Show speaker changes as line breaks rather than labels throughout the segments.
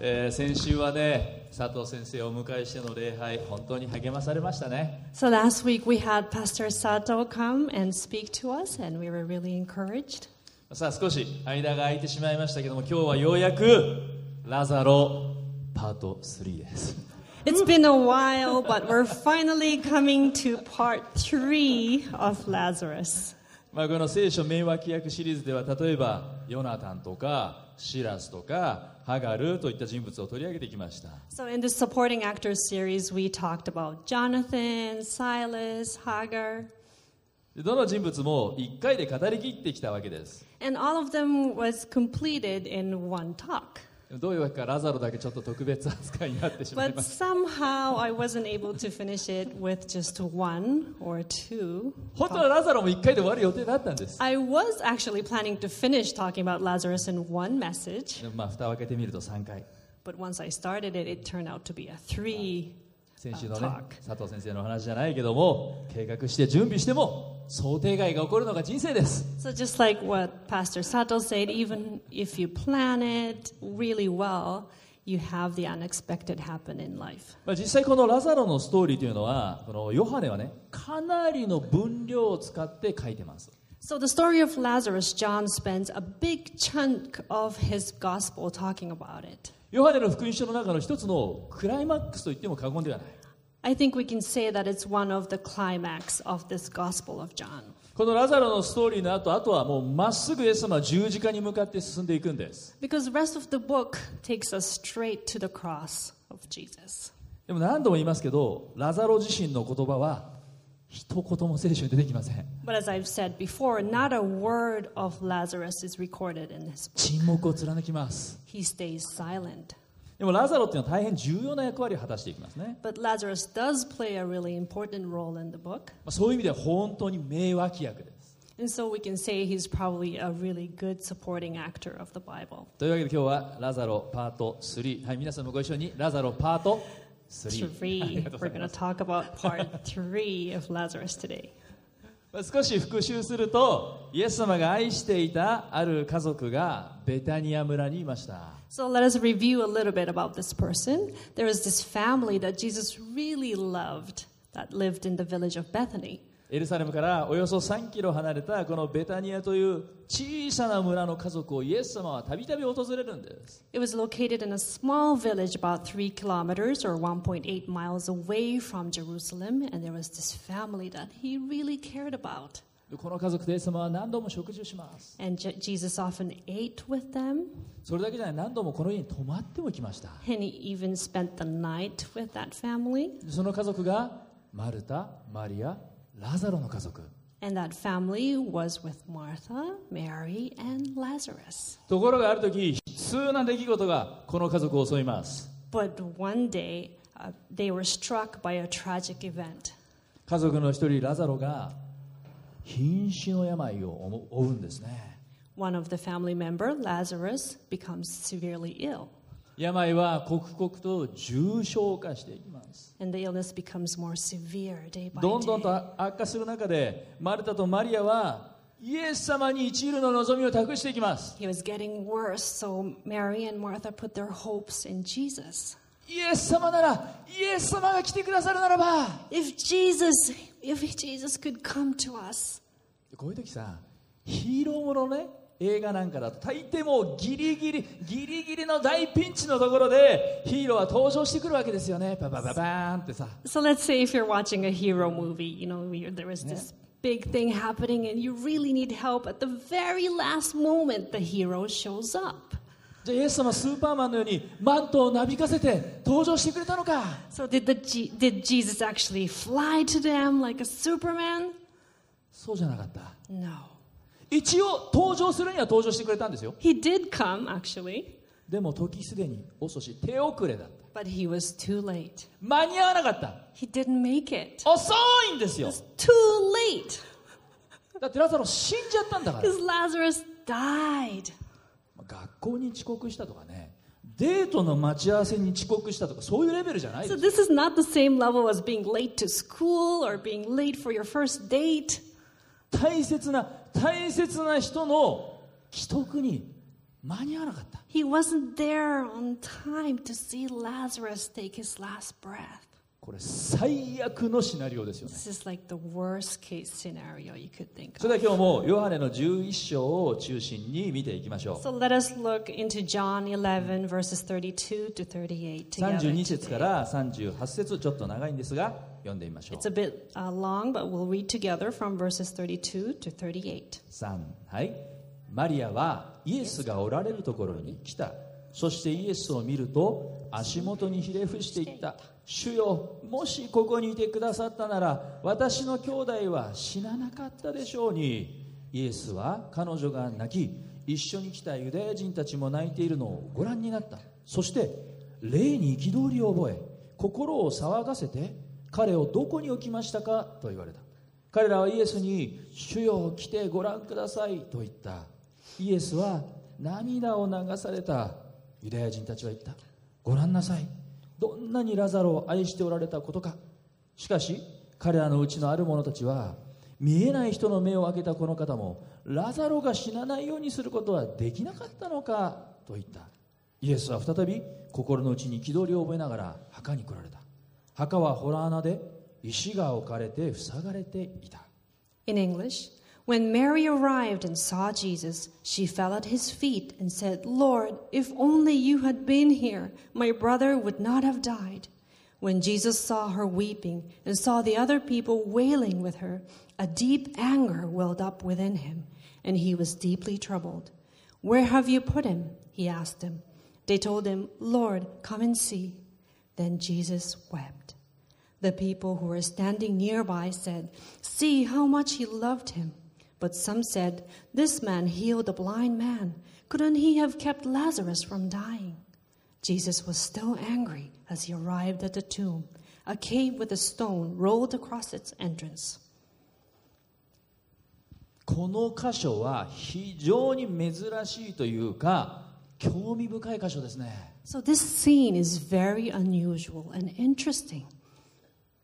えー先週はね佐藤先生をお迎えしての礼拝本当に励まされましたね
So last week we had Pastor Sato come and speak to us, and we were really encouraged.
さあ少し間が空いてしまいましたけども今日はようやくラザロパート3です
It's been a while, but we're finally coming to part three of Lazarus.
まあこの聖書名脇役シリーズでは例えばヨナタンとかシラスとかハガルといった人物を取り上げてきました
So, in the supporting actors series, we talked about Jonathan, Silas, Hagar,
でどの人物も1回で語りきってきたわけです
and all of them was completed in one talk.
どういうわけかラザロだけちょっと特別扱いになってしまいま
But
す
somehow I wasn't able to finish it with just one or two.
本当はラザロも1回で終わる予定だったんです
I was actually planning to finish talking about Lazarus in one message,
でもまあ蓋を開けてみると3回
but once I started it, it turned out to be a three.
先週のね
Talk
佐藤先生のお話じゃないけども計画して準備しても想定外が起こるのが人生です
So, just like what Pastor Sato said, even if you plan it really well, you have the unexpected happen in life.
まあ実際このラザロのストーリーというのはこのヨハネはねかなりの分量を使って書いてます
So, the story of Lazarus, John spends a big chunk of his gospel talking about it.
ヨハネの福音書の中の一つのクライマックスと言っても過言ではない
I think we can say that it's one of the climax of this gospel of John.
このラザロのストーリーの後あとはもうまっすぐイエス様は十字架に向かって進んでいくんです
Because the rest of the book takes us straight to the cross of Jesus.
でも何度も言いますけどラザロ自身の言葉は一言も聖書に出てきません
But as I've said before, not a word of Lazarus is recorded in this.
沈黙を貫きます
He stays silent.
でもラザロっていうのは大変重要な役割を果たしていきますね、
But Lazarus does play a really important role in the book.
まあ、そういう意味では本当に名脇役です
And so we can say he's probably a really good supporting actor of the Bible.
というわけで今日はラザロパート3はい皆さんもご一緒にラザロパート3
Three. We're going to talk about part three of Lazarus today.
まあ少し復習するとイエス様が愛していたある家族がベタニア村にいました
So let us review a little bit about this person. There was this family that Jesus really loved that lived in the village of Bethany.
エルサレムからおよそ3キロ離れたこのベタニアという小さな村の家族をイエス様はたびたび訪れるんです
It was located in a small village about three kilometers or 1.8 miles away from Jerusalem, and there was this family that he really cared about.
でこの家族とイエス様は何度も食事をします
And Je- Jesus often ate with them,
それだけじゃない何度もこの家に泊まってもきました
and he even spent the night with that family.
でその家族がマルタマリアラザロの家族
And that family was with Martha, Mary, and Lazarus.
ところがある時悲痛な出来事がこの家族を襲います
But one day, uh, they were struck by a tragic event.
家族の一人ラザロが瀕死の病を思う負うんですね
One of the family member, Lazarus, becomes severely ill,
病は刻々と重症化していきます
and the illness becomes more severe day by
どんどん
day.
と悪化する中でマルタとマリアはイエス様に一縷の望みを託していきます
He was getting worse, so Mary and Martha put their hopes in Jesus.
イエス様ならイエス様が来てくださるならば
If Jesus, if Jesus could come to us.
こういう時さヒーローものね映画なんかだと大抵もうギリギリギリギリの大ピンチのところでヒーローは登場してくるわけですよねパパパパーンってさ
So let's say if you're watching a hero movie, you know, where there was this big thing happening and you really need help. At the very last moment, the hero shows up.
じゃあイエス様スーパーマンのようにマントをなびかせて登場してくれたのか
So did the G- did Jesus actually fly to them like a Superman?
そうじゃなかった
No.
一応登場するには登場してくれたんですよ
He did come actually,
でも時すでに遅し手遅れだった
but he was too late.
間に合わなかっ
He didn't make it.
た遅いんですよ
Too late.
だってラザロ死んじゃったんだから
Cuz Lazarus died.
学校に遅刻したとかねデートの待ち合わせに遅刻したとかそういうレベルじゃない
So this is not the same level as being late to school or being late for your first date.
大切な大切な人の既得に間に合わなかった。
He wasn't there on time to see Lazarus take his last breath.
これ最悪のシナリオですよね。
This is like the worst case scenario you could think
そ
of.
れでは今日もヨハネの11章を中心に見ていきましょ
So let us look into John 11, verses 32 to 38
う。32
together.
節から38節、ちょっと長いんですが、読んでみましょう
It's。a bit uh, long, but we'll read together from verses 32 to 38.
3はいマリアはイエスがおられるところに来たそしてイエスを見ると足元にひれ伏していった主よもしここにいてくださったなら私の兄弟は死ななかったでしょうにイエスは彼女が泣き一緒に来たユダヤ人たちも泣いているのをご覧になったそして霊に憤りを覚え心を騒がせて彼をどこに置きましたかと言われた彼らはイエスに「主よ来てご覧ください」と言ったイエスは涙を流されたユダヤ人たちは言った「ご覧なさいどんなにラザロを愛しておられたことか」しかし彼らのうちのある者たちは見えない人の目を開けたこの方もラザロが死なないようにすることはできなかったのかと言ったイエスは再び心の内に憤りを覚えながら墓に来られた墓は洞穴で石が置かれて塞がれていた
In English, when Mary arrived and saw Jesus, she fell at his feet and said, Lord, if only you had been here, my brother would not have died. When Jesus saw her weeping and saw the other people wailing with her, a deep anger welled up within him, and he was deeply troubled. Where have you put him? He asked them. They told him, Lord, come and see. Then Jesus wept. The people who were standing nearby said, See how much he loved him. But some said, This man healed a blind man. Couldn't he have kept Lazarus from dying? Jesus was still angry as he arrived at the tomb, a cave with a stone rolled across its entrance.
この箇所は非常に珍しいというか興味深い箇所ですね
So this scene is very unusual and interesting.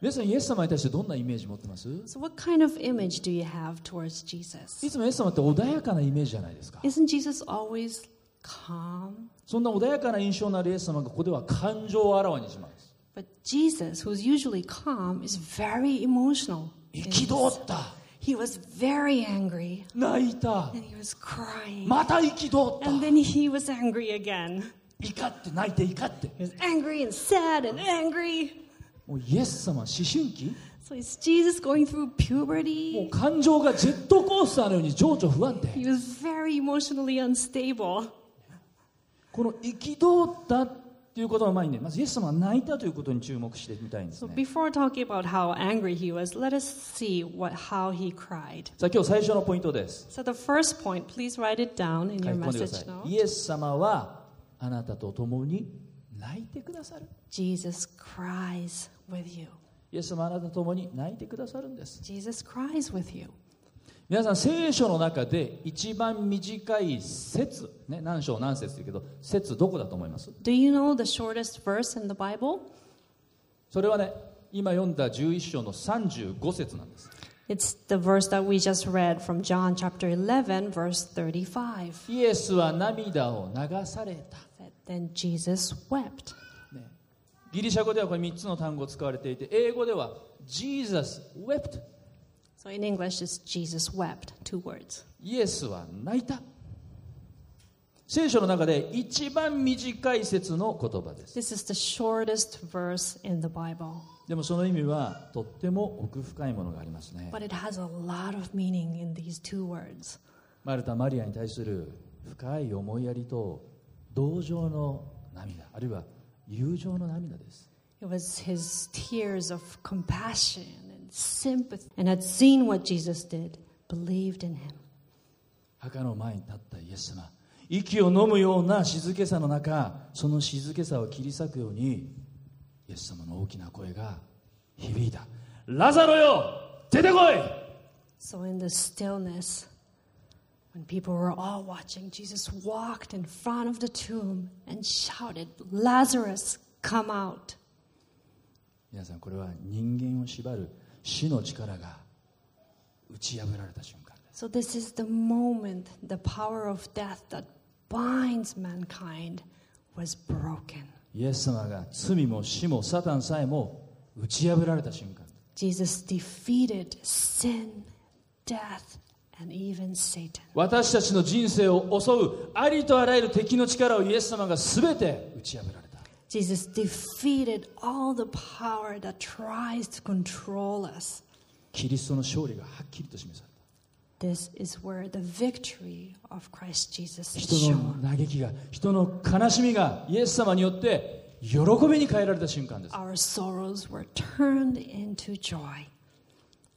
皆さんイエス様に対してどんなイメージ持ってます
So, what kind of image do you have towards Jesus?
いつもイエス様って穏やかなイメージじゃないですか
Isn't Jesus always calm
そんな穏やかな印象のあるイエス様がここでは感情をあらわにします
But Jesus, who's usually calm, is very emotional.
憤った
He was very angry,
泣いた
and he was crying,
また憤った
and then he was angry again.
怒って泣いて怒って
He was angry and sad and angry.
もうイエス様は思春期
So is Jesus going through
もう
puberty?
感情がジェットコースターのように情緒不安定
He was very emotionally unstable.
この憤ったっていうことの前にねまずイエス様は泣いたということに注目してみたいんです
So
ね
before talking about how angry he was, let us see what how he cried.
さあ今日最初のポイントです
So the first point, please write it down in
書
your
き込んでくださ
message
い
note.
イエス様はあなたと共に泣いてくださる
Jesus cries with you.
イエス様はあなたと共に泣いてくださるんです
Jesus cries with you.
皆さん聖書の中で一番短い節、ね、何章何節って言うけど節どこだと思います
Do you know the shortest verse in the Bible?
それはね今読んだ11章の35節なんです
It's the verse that we just read from John chapter 11, verse 35.
イエスは涙を流された
That Then Jesus wept.
ね、ギリシャ語ではこれ3つの単語使われていて英語では Jesus wept
So in English, it's Jesus wept, two words.
イエスは泣いた聖書の中で一番短い説の言葉です
This is the shortest verse in the Bible,
でもその意味はとっても奥深いものがありますね
but it has a lot of meaning in these two words.
マルタ・マリアに対する深い思いやりと同情の涙あるいは友情の涙です
It was his tears of compassion and sympathy, and had seen what Jesus did, believed in him.
墓の前に立ったイエス様息を飲むような静けさの中その静けさを切り裂くようにイエス様の大きな声が響いたラザロよ出てこい
So, in the stillness, when people were all watching, Jesus walked in front of the tomb and shouted, Lazarus, come out.
皆さんこれは人間を縛る死の力が打ち破られた瞬間です
So, this is the moment, the power of death that binds mankind was broken.
イエス様が罪も死もサタンさえも打ち破られた瞬間
Jesus defeated sin, death, and even Satan.
私たちの人生を襲うありとあらゆる敵の力をイエス様が全て打ち破られた
Jesus defeated all the power that tries to control us.
キリストの勝利がはっきりと示され
This is where the victory of Christ Jesus
た
is
人
shown.
の嘆きが人の悲しみがイエス様によって喜びに変えられた瞬間です
Our sorrows were turned into joy.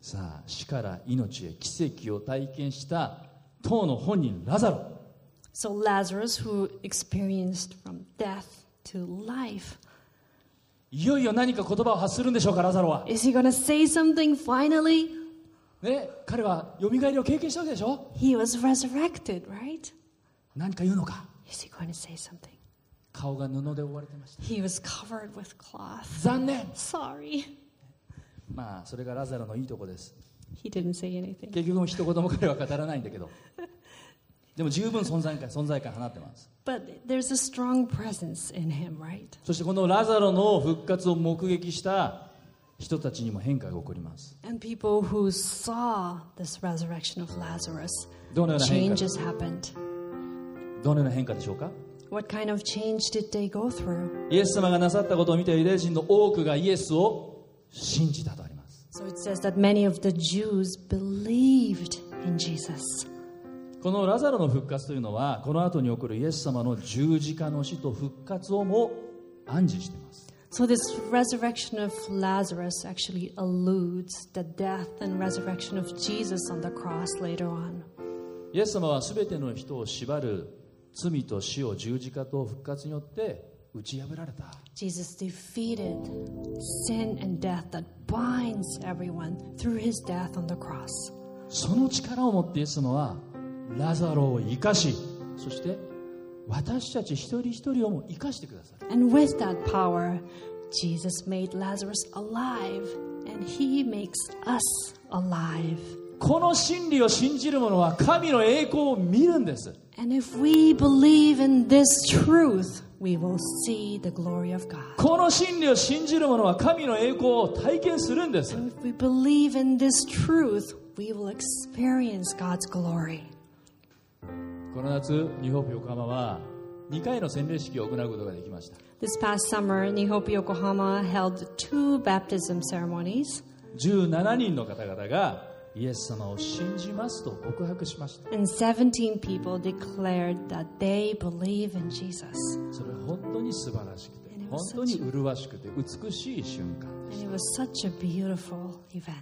さあ死から命へ奇跡を体験した当の本人ラザロ
So Lazarus, who experienced from death to life,
いよいよ何か言葉を発するんでしょうかラザロは、
is he going to say something finally?
ね、彼はよみがえりを経験したわけでしょ
He was resurrected, right?
何か言うのか
Is he going to say something?
顔が布で覆われてました
He was covered with cloth.
残念
Sorry.
まあそれがラザロのいいとこです
He didn't say anything.
結局一言も彼は語らないんだけどでも十分存在感存在感放ってます
But there's a strong presence in him, right?
そしてこのラザロの復活を目撃した人たちにも変化が起こります
And people who saw this resurrection of Lazarus,
どのような変化
changes happened.
どのような変化でしょうか
What kind of change did they go through?
イエス様がなさったことを見たユダヤ人の多くがイエスを信じたとあります
So it says that many of the Jews believed in Jesus.
このラザロの復活というのはこの後に起こるイエス様の十字架の死と復活をも暗示しています
So this resurrection of Lazarus actually alludes the death and resurrection of Jesus on the cross later on.
イエス様は全ての人を縛る罪と死を十字架と復活によって打ち破られた
Jesus defeated sin and death that binds everyone through his death on the cross.
その力を持ってイエス様はラザロを生かしそして私たち一人一人をも生かしてください
And with that power, Jesus made Lazarus alive, and he makes us alive.
この真理を信じる者は神の栄光を見るんです
And if we believe in this truth, we will see the glory of God.
この真理を信じる者は神の栄光を体験するんです
And if we believe in this truth, we will experience God's glory.
この夏ニューホープ横浜は2回の洗礼式を行うことができました
This past summer, Nihopi Yokohama held two baptism ceremonies.
17人の方々がイエス様を信じますと告白しました
And 17 people declared that they believe in Jesus.
それは本当に素晴らしくて
And it
本
was
当に麗しくて美しい瞬間
And it was such a beautiful event.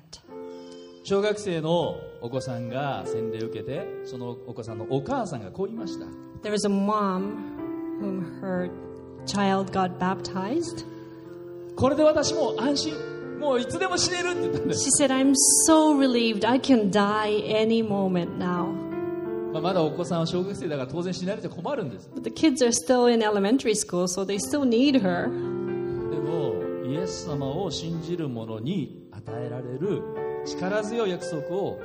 小学生のお子さんが洗礼を受けてそのお子さんのお母さんがこう言いました
There was a mom whom her child got baptized.
これで私もう安心もういつでも死ねるって言ったんです
She said, I'm so relieved. I can die any moment now.
まあまだお子さんは小学生だから当然死なれて困るんです
But the kids are still in elementary school, so they still need her.
でもイエス様を信じる者に与えられる力強い約束を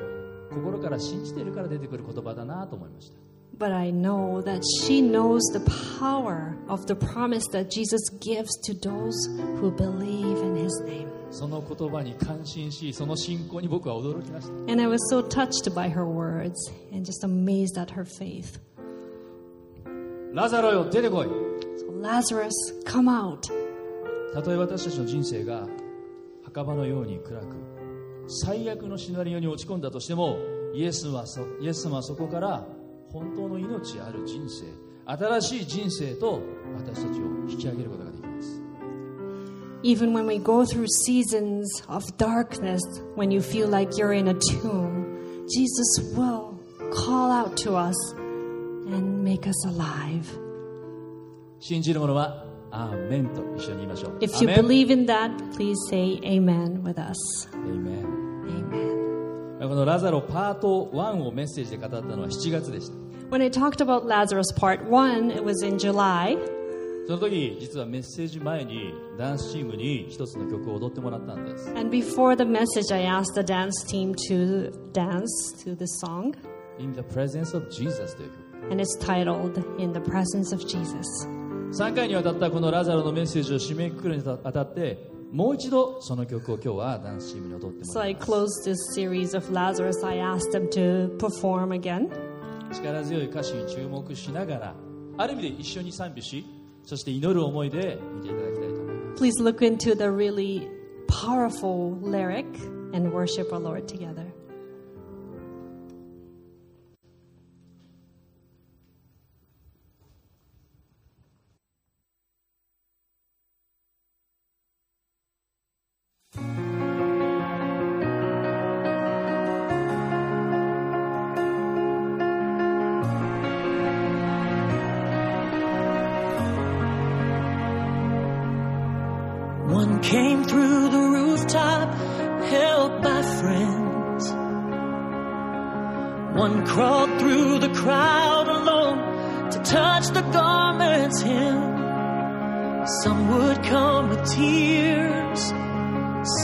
心から信じているから出てくる言葉だなと思いました
But I know that she knows the power of the promise that Jesus gives to those who believe in his name.
その言葉に感心しその信仰に僕は驚きました
And I was so touched by her words and just amazed at her faith.
ラザロよ出てこい
So, Lazarus, come out.
たとえ私たちの人生が墓場のように暗く最悪のシナリオに落ち込んだとしてもイエスはそイエス様はそこから本当の命ある人生新しい人生と私たちを引き上げることができます
Even when we go through seasons of darkness, when you feel like you're in a tomb, Jesus will call out to us and make us alive.
信じる者はアーメンと一緒に言いましょう。
If you
アーメン
believe in that, please say amen with us.
アーメン
Amen.
このラザロパート1をメッセージで語ったのは7月でした。
When I talked about Lazarus part one, it was in July.
その時、実はメッセージ前にダンスチームに一つの曲を踊ってもらったんです。
And before the message, I asked the dance team to dance to the song.
In the presence of Jesus という曲。
and it's titled In the Presence of Jesus.
3回にわたったこのラザロのメッセージを締めくくるにあたってもう一度その曲を今日はダンスチームに踊っても
So
ら
I
います
closed this series of Lazarus. I asked them to perform again.
力強い歌詞に注目しながらある意味で一緒に賛美しそして祈る思いで見ていただきたいと思います
Please look into the really powerful lyric and worship our Lord together.
One came through the rooftop, held by friends. One crawled through the crowd alone to touch the garment's hem. Some would come with tears,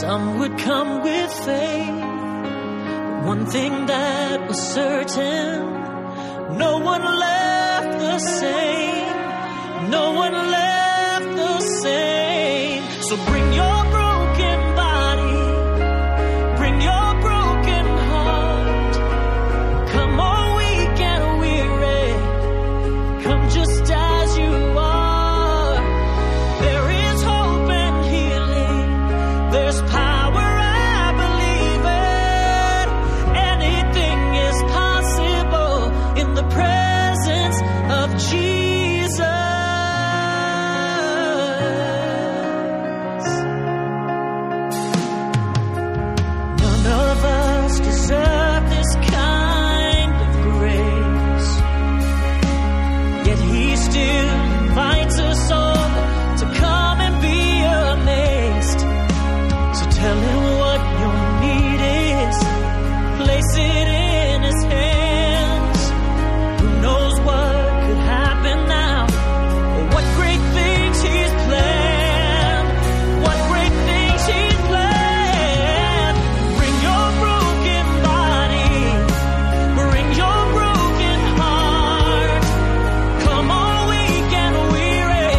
some would come with faith. One thing that was certain, no one left the same. No one left the same. So bring your broken body, bring your broken heart. Come all weak and weary, come just as you are. There is hope and healing. There's power, I believe it. Anything is possible in the presence of Jesus. None of us deserve this kind of grace. Yet he still invites us all to come and be amazed. So tell him what your need is, place it in his hands. Who knows what could happen now? Or what great things he's planned? What great things he's planned? Bring your broken body, bring your broken heart. Come all weak and weary.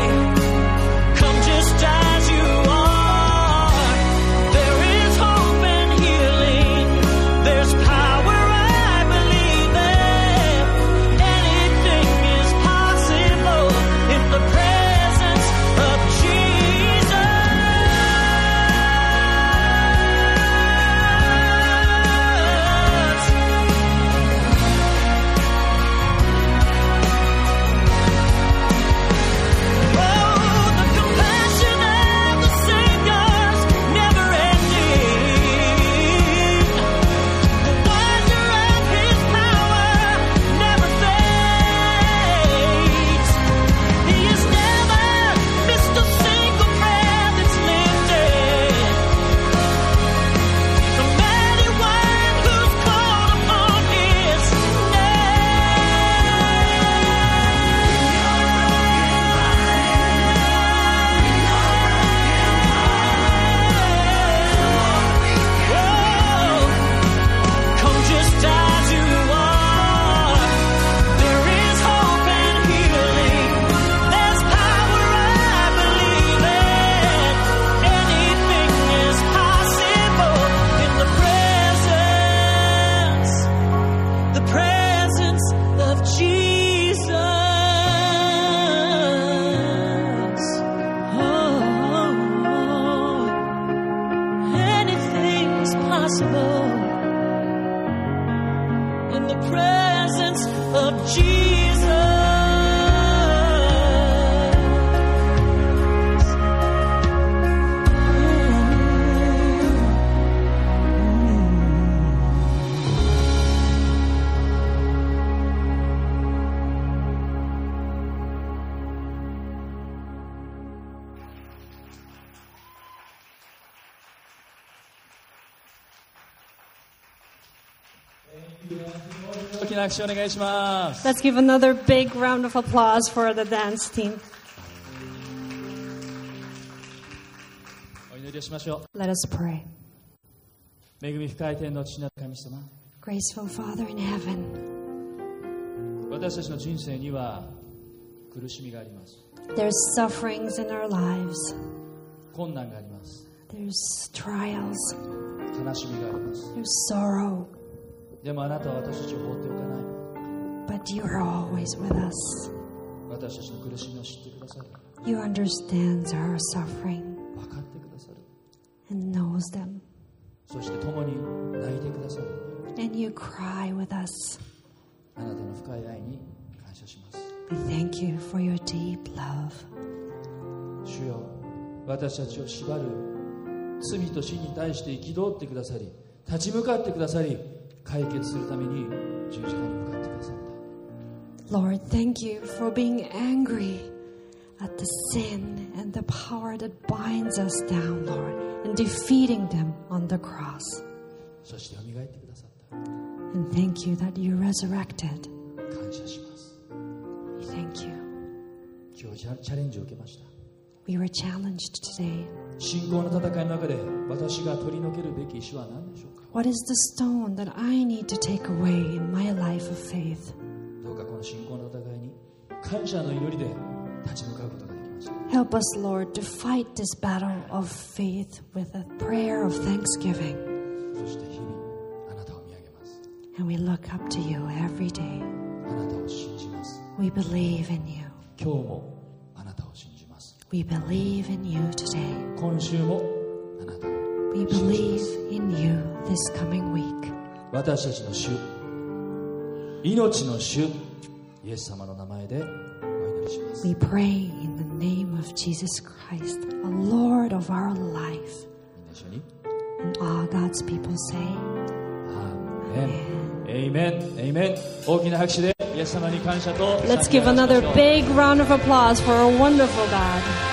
Come just as you are. There is hope and healing. There's power, I believe it. Anything is possible in the presence of Jesus. Oh, the compassion of the Savior's never ending. The wonder of His power never fades. He has never missed a single prayer that's lifted. From anyone who's called upon His Come just as you are. There is hope and healing. There's power, I believe it. Anything is possible in the presence, the presence of Jesus. Oh, anything's possible in the presence of Jesus.
大きな拍手お願いします
Let's give another big round of applause for the dance team.
お祈りをしましょ
Let us
う
pray.
恵み深い天の父なる神様
Graceful Father in heaven,
私私たちの人生には苦しみがあります。
There's sufferings in our lives.
困難があります。
There's trials.
悲しみがあります。
There's sorrow.
でもあなたは私たちを放っておかない。
But you are always with us.
私たちの苦しみを知ってくださる。
You understands our suffering
分かってくださる。
and knows them.
そして共に泣いてくださる。
And you cry with us.
あなたの深い愛に感謝します。
We thank you for your deep love.
主よ私たちを縛る罪と死に対して憤ってくださり立ち向かってくださり解決するために十字架に向かってくださっ
Lord, thank you for being angry at the sin and the power that binds us down, Lord, and defeating them on the cross.
たそして蘇ってくださった
And thank you that you resurrected.
感謝します
We thank you.
今日チャチャレンジを受けました
We were challenged today.
信仰の戦いの中で私が取り除けるべき石は何でしょうか
What is the stone that I need to take away in my life of faith?
どうかこの信仰の戦いに感謝の祈りで立ち向かうことができました
Help us, Lord, to fight this battle of faith with a prayer of thanksgiving.
そして日々あなたを見上げます
And we look up to you every day.
あなたを信じます
We believe in you.
今日もあなたを信じます
We believe in you today.
今週もあなたを
We believe in you this coming week.
私たちの主命の主イエス様の名前でお祈りします
We pray in the name of Jesus Christ, the Lord of our life.
みんな一緒に
And all God's people say,
アーメンエイメンエイメン大きな拍手でイエス様に感謝と
Let's give another big round of applause for our wonderful God.